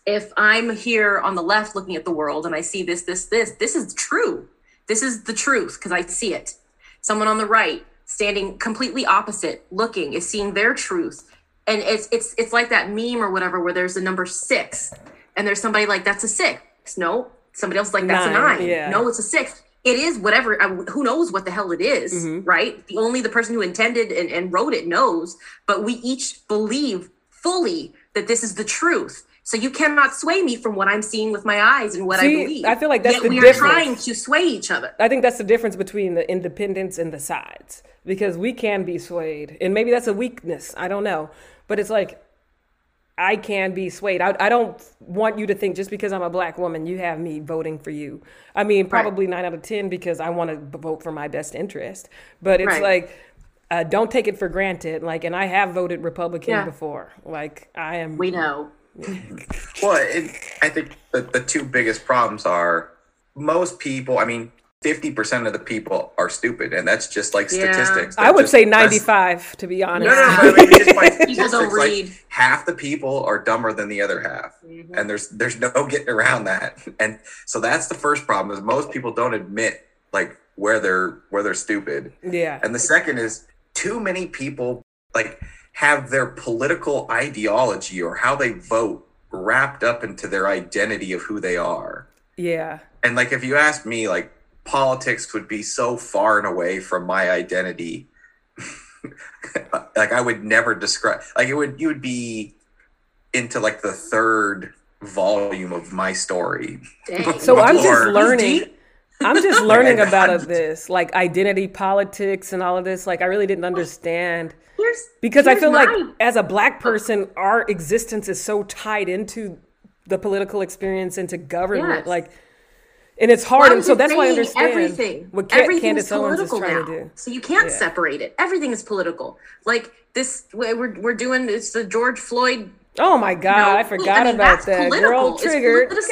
B: if I'm here on the left looking at the world and I see this, this, this, this is true. This is the truth because I see it. Someone on the right standing completely opposite looking is seeing their truth and it's it's it's like that meme or whatever where there's a number six and there's somebody like that's a six no somebody else like that's
C: Nine,
B: a nine
C: yeah.
B: no it's a six it is whatever I, who knows what the hell it is,
C: Mm-hmm.
B: right the only the person who intended and, and wrote it knows but we each believe fully that this is the truth so you cannot sway me from what i'm seeing with my eyes and what
C: See,
B: i believe
C: I feel like that's
B: Yet
C: the
B: we
C: difference.
B: are trying to sway each other
C: I think that's the difference between the independents and the sides because we can be swayed, and maybe that's a weakness. I don't know, but it's like I can be swayed. I, I don't want you to think just because I'm a black woman, you have me voting for you. I mean, probably nine out of ten because I want to vote for my best interest, but it's
B: Right.
C: like. Uh, don't take it for granted. Like, and I have voted Republican
B: Yeah.
C: before. Like, I am.
B: we know
D: Well, it, I think the, the two biggest problems are most people, I mean, 50% of the people are stupid, and that's just like
B: Yeah.
D: statistics.
C: I
D: They're
C: would
D: just
C: say
D: less-
C: 95, to be honest.
D: No, no, no, but I mean, just by
B: People don't
D: statistics, like,
B: read.
D: half the people are dumber than the other half, and there's there's no getting around that. And so that's the first problem is most people don't admit like where they're where they're stupid.
C: Yeah.
D: And the second is too many people like have their political ideology or how they vote wrapped up into their identity of who they are.
C: Yeah.
D: And like if you ask me, like politics would be so far and away from my identity. like I would never describe like it would you would be into like the third volume of my story.
B: Dang.
C: So I'm just
D: Lord.
C: learning.
B: Deep.
C: I'm just learning
D: Like, I-
C: about
D: I'm
C: of this, like identity politics and all of this. Like I really didn't understand
B: here's
C: because I
B: here's
C: feel like
B: mine.
C: as a black person, our existence is so tied into the political experience and to government.
B: Yes.
C: Like, and it's hard,
B: I'm
C: and so
B: just
C: that's why I
B: saying
C: understand
B: everything.
C: what Ca-
B: Everything's
C: Candace Owens is
B: political
C: trying
B: now,
C: to do.
B: so you can't separate it. Everything is political. Like this, we're we're doing it's the George Floyd.
C: Oh my God,
B: no,
C: I forgot
B: mean,
C: about
B: that's
C: that.
B: Political.
C: Girl triggered.
B: It's politicized.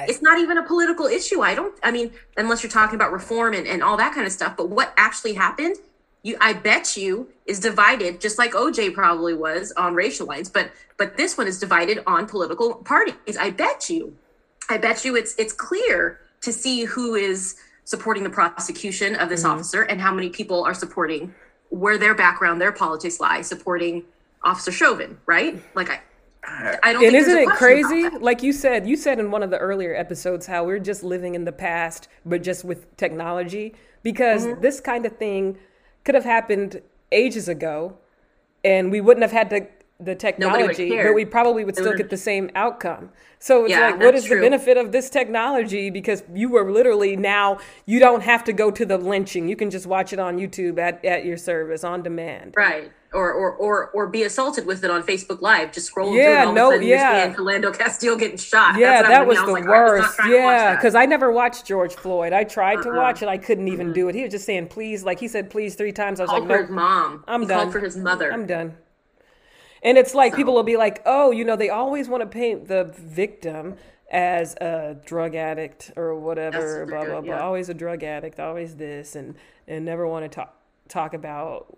C: God.
B: It's not even a political issue. I don't. I mean, unless you're talking about reform and, and all that kind of stuff. But what actually happened? You, I bet you, is divided just like OJ probably was on racial lines. But but this one is divided on political parties. I bet you. I bet you it's it's clear to see who is supporting the prosecution of
C: Mm-hmm.
B: this officer and how many people are supporting where their background, their politics lie, supporting Officer Chauvin, right? Like I, I don't.
C: and
B: think
C: isn't
B: there's a
C: it
B: question about
C: crazy
B: that.
C: like you said you said in one of the earlier episodes how we're just living in the past but just with technology because
B: Mm-hmm.
C: this kind of thing could have happened ages ago and we wouldn't have had the the
B: would've
C: technology but
B: cared.
C: we probably would still
B: would've-
C: get the same outcome so it's
B: Yeah,
C: like what
B: that's
C: is the
B: true.
C: benefit of this technology because you were literally now you don't have to go to the lynching you can just watch it on youtube at, at your service on demand
B: right? Or, or or or be assaulted with it on Facebook Live, just scrolling through,
C: Yeah,
B: and all
C: no,
B: of a sudden
C: yeah.
B: you're seeing Philando Castile getting shot.
C: Yeah,
B: That's what
C: that
B: I'm
C: was
B: doing.
C: the
B: I was like, I was not
C: worst.
B: trying to watch
C: Yeah,
B: that. Uh-uh.
C: because I never watched George Floyd. I tried to watch it. I couldn't even do it. He was just saying please, like he said please three times. I was
B: Called
C: like,
B: for his
C: no,
B: mom.
C: I'm
B: He
C: done.
B: Called for his mother.
C: I'm done. And it's like people will be like, oh, you know, they always want to paint the victim as a drug addict or whatever,
B: That's
C: blah blah
B: ridiculous,
C: blah.
B: yeah.
C: Always a drug addict, always this, and and never want to talk talk about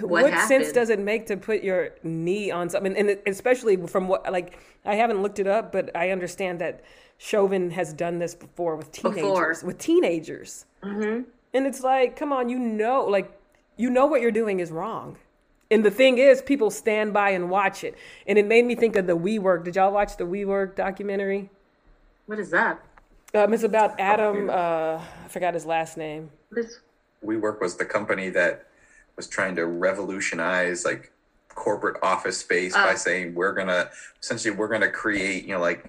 B: What,
C: sense
B: happened?
C: does it make to put your knee on something and it- especially from what like i haven't looked it up but i understand that chauvin has done this before with teenagers
B: Before. Mm-hmm.
C: with teenagers and it's like come on you know like you know what you're doing is wrong and the thing is people stand by and watch it and it made me think of the we work did y'all watch the we work documentary
B: What is that?
C: um, it's
B: Oh,
C: about adam uh, i forgot his last name
B: What is
D: WeWork was the company that was trying to revolutionize like
C: Oh.
D: corporate office space by saying we're gonna essentially we're gonna create you know like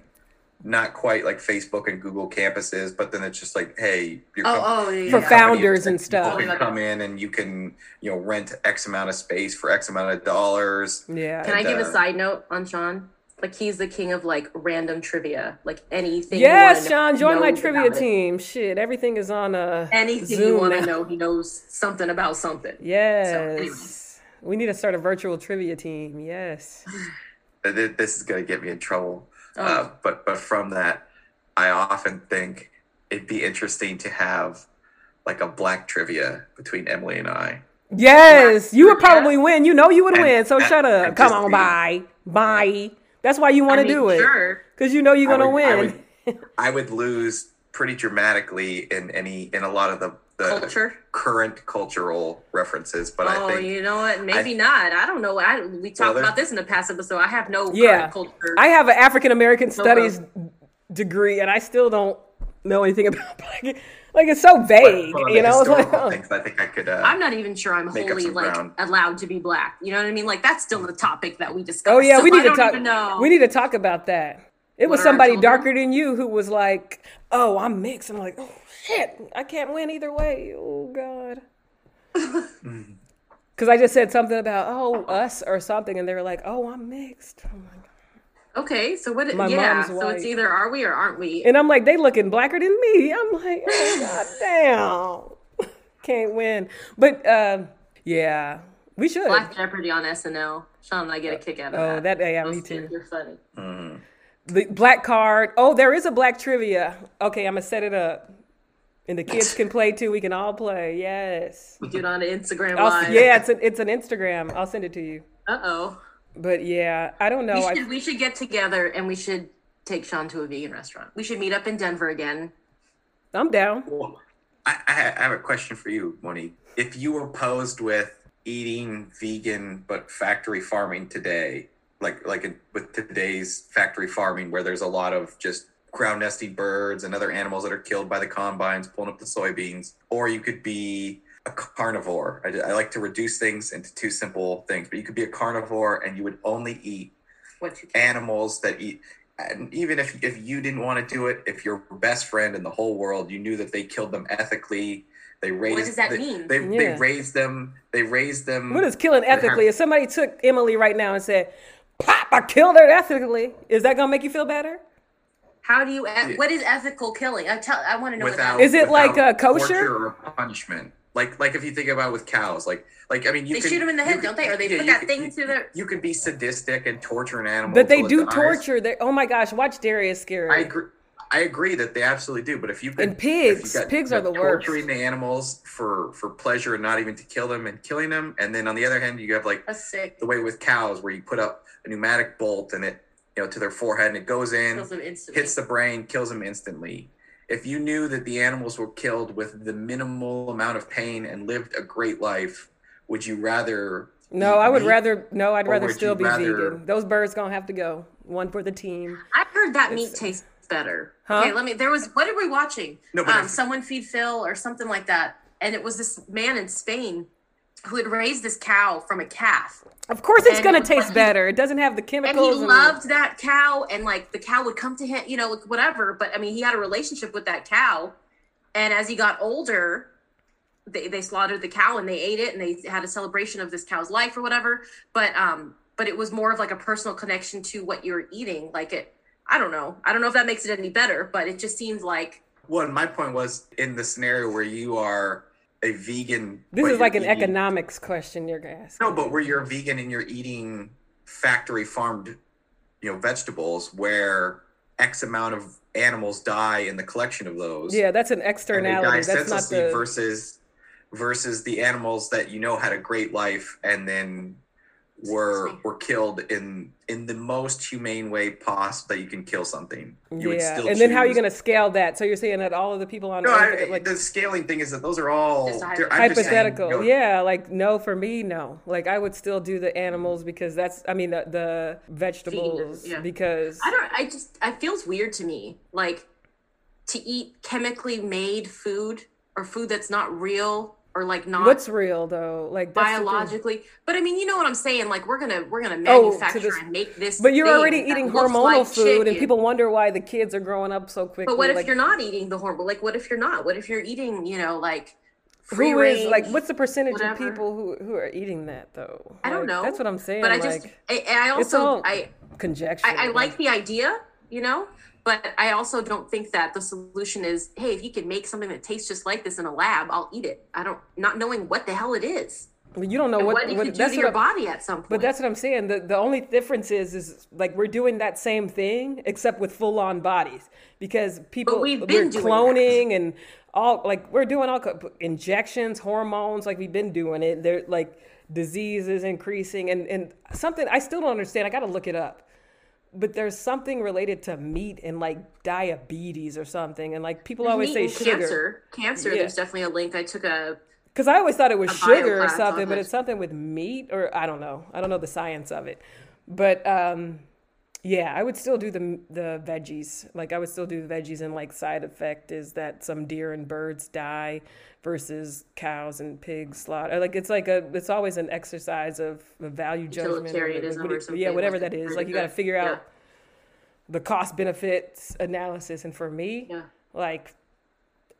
D: not quite like Facebook and Google campuses, but then it's just like, hey, your
B: Oh,
D: company
B: oh, yeah,
C: For
B: yeah.
C: fa- founders and
D: You
C: stuff.
D: can come in and you can, you know, rent X amount of space for X amount of dollars.
C: Yeah.
B: Can I give a
D: uh,
B: side note on Sean? Like he's the king of like random trivia, like anything. you
C: Yes,
B: wanna
C: Sean,
B: know,
C: join
B: he
C: my
B: knows
C: trivia
B: about it.
C: team. Shit, everything is on uh
B: Anything
C: Zoom
B: you want
C: now.
B: to know, he knows something about something.
C: Yes.
B: anyways.
C: we need to start a virtual trivia team. Yes.
D: th- th- this is going to get me in trouble.
B: Oh.
D: Uh, but but from that, I often think it'd be interesting to have like a black trivia between Emily and I.
C: Yes. You would
B: trivia.
C: probably win. You know you would
D: And-
C: win. So
D: and-
C: shut up.
D: and
C: Come
D: just
C: on,
D: be-
C: bye. Bye. That's why you want
B: I
C: to
B: mean,
C: do it.
B: Sure.
C: Cuz you know you're
D: I
C: going to
D: would- I
C: win.
D: would- I would lose pretty dramatically in any in a lot of the, the
B: Culture.
D: current cultural references. But
B: Oh,
D: I think
B: you know what? Maybe not. I don't know. I we talked
D: there-
B: about this in the past episode. I have no
C: Yeah.
B: current culture.
C: I have an African American
B: problem.
C: studies degree and I still don't know anything about black. Like it's so vague,
D: but on the
C: you know? It's like,
D: historical
C: oh.
D: things, I think I could. Uh,
B: I'm not even sure I'm
D: Make up
B: wholly
D: some
B: like
D: ground.
B: allowed to be black. You know what I mean? Like that's still the topic that we discussed.
C: Oh yeah,
B: so
C: we need
B: I
C: to
B: don't
C: talk.
B: Even know.
C: We need to talk about that. It was
B: What are our
C: somebody
B: children?
C: darker than you who was like, "Oh, I'm mixed." I'm like, "Oh shit, I can't win either way." Oh god. Because I just said something about oh us or something, and they were like, "Oh, I'm mixed." I'm like-
B: Okay, so what?
C: My
B: yeah,
C: mom's
B: so
C: white.
B: it's either are we or aren't we?
C: And I'm like, "They looking blacker than me." I'm like, "Oh god damn, can't win." But um, yeah, we should.
B: Black Jeopardy on SNL. Sean and I get a kick out of
C: Oh, that yeah, me
B: Those
C: too.
B: kids are funny.
D: mm-hmm.
C: The black card. Oh, there is a black trivia. Okay, I'm gonna set it up, and the kids can play too. We can all play. Yes.
B: We do it on Instagram
C: I'll,
B: Live.
C: yeah, it's an it's an Instagram. I'll send it to you.
B: Uh oh.
C: But yeah, I don't know.
B: We
C: I,
B: should we should get together and we should take Sean to a vegan restaurant. We should meet up in Denver again.
C: I'm down.
D: Well, I, I ha- I have a question for you, Monique. If you were posed with eating vegan but factory farming today, like like in, with today's factory farming, where there's a lot of just ground nesting birds and other animals that are killed by the combines pulling up the soybeans, or you could be a carnivore. I, I like to reduce things into two simple things, but you could be a carnivore and you would only eat
B: What you can.
D: animals that eat and even if, if you didn't want to do it if your best friend in the whole world you knew that they killed them ethically they raised
B: does that
D: they,
B: mean?
D: they, they
C: Yeah.
D: raised them they raised them
C: What is killing ethically? If somebody took Emily right now and said, "Pop, I killed her ethically," is that gonna make you feel better?
B: How do you? eth- What is ethical killing? I tell. I want to know
D: without
B: what that
C: Is it like,
D: without
C: uh, kosher?
D: torture or punishment like like if you think about with cows like like i mean you
B: They
D: can-
B: shoot 'em in the
D: you
B: head,
D: can-
B: don't they? Or they
D: yeah,
B: put
D: you
B: that
D: can-
B: thing
D: you-
B: through their-
D: you can be sadistic and torture an animal
C: But they
D: till it
C: do
D: dies.
C: torture. They oh my gosh, watch Darius scary.
D: I agree. I agree that they absolutely do. But if you could,
C: And pigs.
D: if you got-
C: Pigs are the worst.
D: Torturing the animals for for pleasure and not even to kill them and killing them, and then on the other hand, you have like
B: That's sick.
D: the way with cows where you put up a pneumatic bolt and it you know to their forehead and it goes in,
B: Kills them instantly.
D: hits the brain, kills them instantly. If you knew that the animals were killed with the minimal amount of pain and lived a great life, would you rather?
C: no,
D: eat
C: I would
D: meat?
C: rather no, I'd
D: Or
C: rather
D: would
C: still
D: you
C: be
D: rather-
C: vegan. Those birds gonna have to go. One for the team.
B: I heard that meat tastes better.
C: Huh?
B: Okay, let me. There was what are we watching?
D: No, but
B: um,
D: if-
B: someone feed Phil or something like that, and it was this man in Spain who had raised this cow from a calf,
C: Of course, it's
B: And
C: gonna
B: it was
C: taste
B: like-
C: better. It doesn't have the
B: and
C: chemicals.
B: he loved that cow, and like the cow would come to him, you know, like whatever. But I mean, he had a relationship with that cow, and as he got older. They, they slaughtered the cow and they ate it and they had a celebration of this cow's life or whatever but um but it was more of like a personal connection to what you're eating like it i don't know i don't know if that makes it any better but it just seems like
D: Well, my point was in the scenario where you are a vegan.
C: This
D: but
C: is like an
D: you're eating-
C: economics question you're asking.
D: No, but where you're a vegan and you're eating factory farmed, you know, vegetables where X amount of animals die in the collection of those.
C: Yeah, that's an
D: and they
C: externality.
D: die
C: That's not
D: senselessly
C: the.
D: versus versus the animals that you know had a great life and then were
B: Interesting.
D: were killed in in the most humane way possible that you can kill something. You would
C: yeah,
D: still
C: and then how are you
D: choose-
C: going to scale that? So you're saying that all of the people on
D: no,
C: Earth
D: I,
C: are like
D: the scaling thing is that those are all
B: Just a
D: they're- I'm just saying,
C: hypothetical?
D: you know,
C: yeah, like no for me, no. Like I would still do the animals because that's. I mean the, the vegetables
B: yeah.
C: because
B: I don't. I just. It feels weird to me, like to eat chemically made food or food that's not real or like not
C: What's real though? Like that's the thing.
B: biologically. But I mean, you know what I'm saying? Like we're gonna we're gonna
C: Oh, to
B: manufacture
C: this-
B: and make this.
C: But you're
B: thing
C: already
B: that
C: eating
B: looks
C: hormonal
B: like
C: food, and
B: chicken.
C: people wonder why the kids are growing up so quickly.
B: But what if
C: like,
B: you're not eating the hormone? Like what if you're not? What if you're eating? You know, like free
C: who
B: range?
C: is like? What's the percentage of
B: whatever.
C: people who who are eating that though?
B: I don't
C: Like,
B: know,
C: That's what I'm saying.
B: but I just
C: like,
B: I, I
C: it's
B: also
C: all
B: I,
C: conjecture.
B: I I like the idea, you know, but I also don't think that the solution is hey, if you can make something that tastes just like this in a lab, I'll eat it. I don't not knowing what the hell it is.
C: Well, you don't know
B: and
C: what,
B: what, it
C: what-
B: could do
C: that's
B: to
C: what
B: your
C: I'm-
B: body at some point.
C: But that's what I'm saying. The the only difference is is like we're doing that same thing except with full on bodies because people
B: we've
C: we're
B: been doing that.
C: cloning and all like we're doing all co- injections, hormones. Like we've been doing it. They're like disease is increasing and and something I still don't understand. I got to look it up. But there's something related to meat and like diabetes or something, and like people always
B: Meat
C: say
B: and
C: sugar.
B: cancer. Cancer,
C: Yeah.
B: there's definitely a link. I took a
C: Because I always thought it was sugar or
B: class on
C: something, but
B: this.
C: it's something with meat or I don't know. I don't know the science of it. But um, yeah, I would still do the the veggies. Like I would still do the veggies, and like side effect is that some deer and birds die versus cows and pigs slaughter. Like it's like a it's always an exercise of a value judgment. or, like,
B: Utilitarianism
C: what it-
B: or
C: Yeah,
B: something,
C: whatever
B: like
C: that
B: a
C: is.
B: pretty
C: Like you got to
B: good-
C: figure
B: yeah.
C: out the cost benefits analysis. And for me,
B: Yeah.
C: like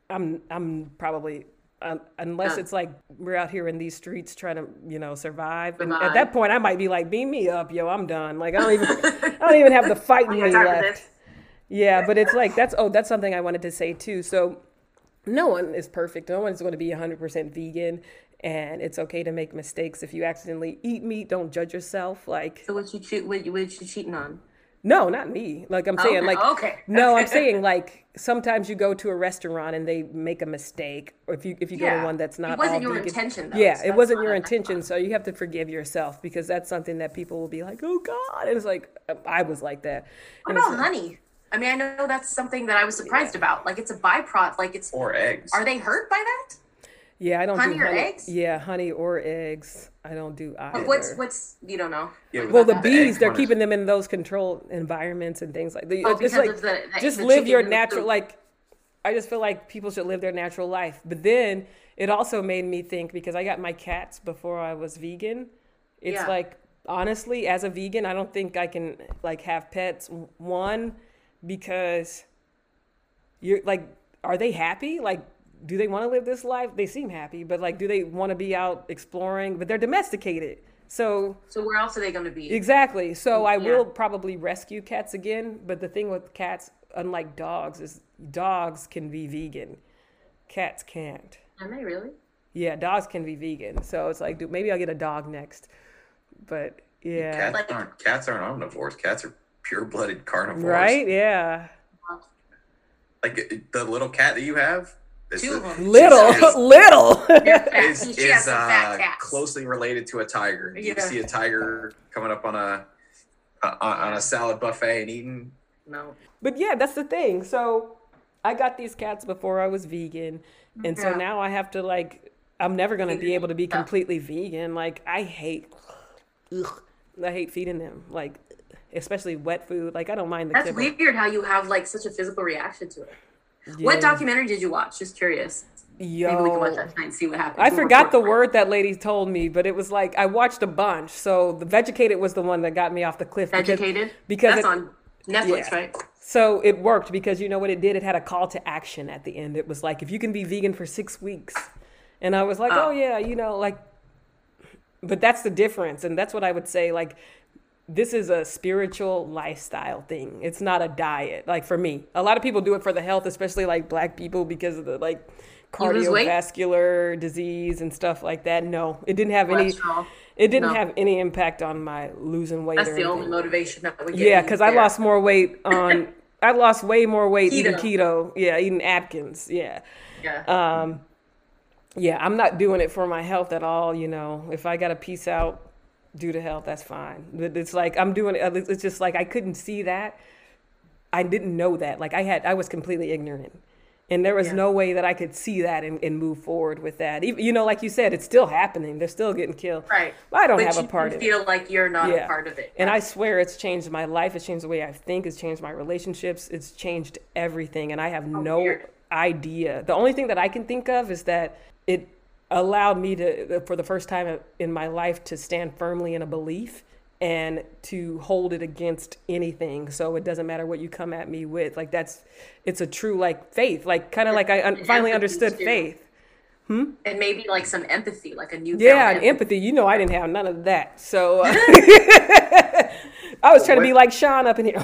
C: I'm I'm probably um, unless
B: Yeah.
C: it's like we're out here in these streets trying to you know survive. And at
B: Survive.
C: that point, I might be like, beam me up, yo, I'm done. Like I don't even I don't even have the fight in
B: got
C: me
B: time for
C: left.
B: this.
C: Yeah, but it's like that's oh that's something I wanted to say too. So no one is perfect. No one's going to be 100% vegan. And it's okay to make mistakes. If you accidentally eat meat, don't judge yourself. Like,
B: So what you cheat? What you what you cheating on?
C: no, not me. Like I'm saying,
B: Okay,
C: like
B: okay.
C: no, I'm saying like sometimes you go to a restaurant and they make a mistake, or if you if you go
B: Yeah.
C: to one that's
B: It
C: not
B: wasn't
C: all
B: your
C: vegan-
B: intention, though,
C: Yeah,
B: so
C: it
B: that's
C: wasn't
B: not
C: your
B: a- that's
C: intention, so you have to forgive yourself because that's something that people will be like, oh God, and it's like uh, I was like that.
B: What
C: And it's
B: about honey? I mean, I know that's something that I was surprised about. Like it's a byproduct. Like it's
D: or eggs.
B: are they hurt by that?
C: Yeah, I don't
B: Honey
C: do
B: or
C: honey.
B: eggs?
C: Yeah, honey or eggs. I don't do either.
B: What's what's you don't know.
D: Yeah,
C: well, the
D: egg
C: bees, they're
D: one is-
C: keeping them in those controlled environments and things like that.
B: Oh,
C: it's
B: because
C: like,
B: of the- the-
C: just
B: the
C: live your
B: chicken and the
C: natural,
B: fruit.
C: like, I just feel like people should live their natural life. But then it also made me think because I got my cats before I was vegan. It's
B: Yeah.
C: like, honestly, as a vegan, I don't think I can, like, have pets. One, because you're like, are they happy? Like, do they want to live this life? They seem happy, but like, do they want to be out exploring? But they're domesticated. So,
B: So where else are they going to be?
C: Exactly. So I
B: Yeah.
C: will probably rescue cats again, but the thing with cats, unlike dogs, is dogs can be vegan. Cats can't.
B: Are they really?
C: Yeah, dogs can be vegan. So it's like, dude, maybe I'll get a dog next. But yeah.
D: Cats aren't cats aren't omnivores. Cats are pure-blooded carnivores.
C: Right? Yeah.
D: Like the little cat that you have. Is
B: Two of 'em.
C: Little,
D: Is,
C: little.
B: They're fat.
D: is,
B: She has
D: is
B: some fat
D: uh,
B: cats.
D: closely related to a tiger. You
B: Yeah.
D: see a tiger coming up on a uh, on a salad buffet and eating.
B: No.
C: But yeah, that's the thing. So I got these cats before I was vegan. And so
B: Yeah.
C: now I have to like I'm never gonna be able to be
B: Yeah.
C: completely vegan. Like I hate ugh, I hate feeding them. Like especially wet food. Like I don't mind the
B: That's
C: kibble.
B: weird how you have like such a physical reaction to it. What
C: Yeah.
B: documentary did you watch? Just curious. Maybe we can watch
C: Yo.
B: that tonight and see what happens.
C: I
B: We'll
C: forgot the
B: report
C: word that lady told me, but it was like I watched a bunch. So the Vegetated was the one that got me off the cliff.
B: back.
C: because-
B: Educated.
C: because
B: that's
C: it-
B: on Netflix,
C: Yeah.
B: right?
C: So it worked because you know what it did? It had a call to action at the end. It was like, if you can be vegan for six weeks. And I was like, oh,
B: Oh.
C: yeah, you know, like, but that's the difference. And that's what I would say. Like, this is a spiritual lifestyle thing. It's not a diet. Like, for me, a lot of people do it for the health, especially like black people because of the like
B: You lose weight?
C: cardiovascular disease and stuff like that. No, it didn't have any,
B: Cholesterol.
C: it didn't
B: No.
C: have any impact on my losing weight.
B: That's
C: or
B: the only
C: anything.
B: motivation that we get.
C: Yeah,
B: you
C: because I
B: there.
C: lost more weight on. I lost way more weight eating
B: Keto.
C: keto. Yeah, eating Atkins. Yeah,
B: Yeah.
C: uh, yeah. I'm not doing it for my health at all. You know, if I got to peace out due to health, that's fine. But it's like I'm doing it. It's just like I couldn't see that. I didn't know that. Like I had, I was completely ignorant, and there was
B: Yeah.
C: no way that I could see that and, and move forward with that. Even, you know, like you said, it's still happening. They're still getting killed.
B: right.
C: I don't
B: But
C: have
B: you
C: a part
B: do
C: in it.
B: feel like you're not
C: Yeah.
B: a part of it.
C: And I swear it's changed my life. It's changed the way I think. It's changed my relationships. It's changed everything. And I have no
B: Oh, weird.
C: idea. The only thing that I can think of is that it allowed me to, for the first time in my life, to stand firmly in a belief and to hold it against anything. So it doesn't matter what you come at me with. Like that's, it's a true like faith. Like kind of like I un-
B: And
C: finally
B: empathy,
C: understood
B: too.
C: faith.
B: and maybe like some empathy, like a new
C: Yeah, and empathy. You know, I didn't have none of that. So uh, I was trying to be
D: What-
C: like Sean up in here. I'm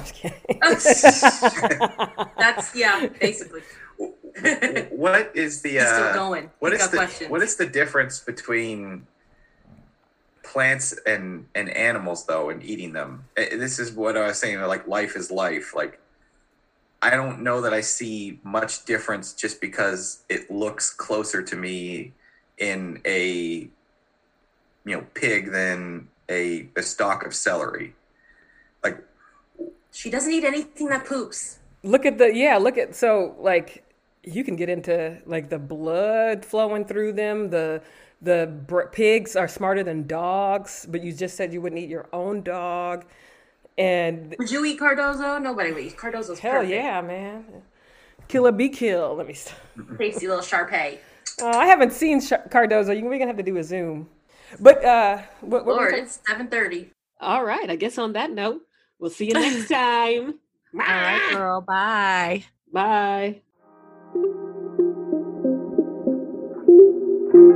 C: just kidding.
B: That's yeah, basically.
D: what is the
B: He's still
D: uh,
B: going.
D: what
B: He's
D: is
B: got
D: the
B: questions.
D: what is the difference between plants and and animals though and eating them Eh, this is what i was saying like life is life like i don't know that i see much difference just because it looks closer to me in a you know pig than a, a stalk of celery like
B: She doesn't eat anything that poops.
C: look at the yeah look at so like you can get into like the blood flowing through them the the br- pigs are smarter than dogs but you just said you wouldn't eat your own dog and
B: Would you eat Cardozo? Nobody would eat Cardozo's
C: hell
B: perfect.
C: yeah man kill or be killed let me stop
B: Tasty little Sharpay.
C: uh, i haven't seen Sh- cardozo You- we're gonna have to do a zoom but uh what, what were we
B: Lord,
C: talking-
B: it's seven thirty.
E: All right. I guess on that note, we'll see you next time.
F: All right, girl. Bye.
E: Bye.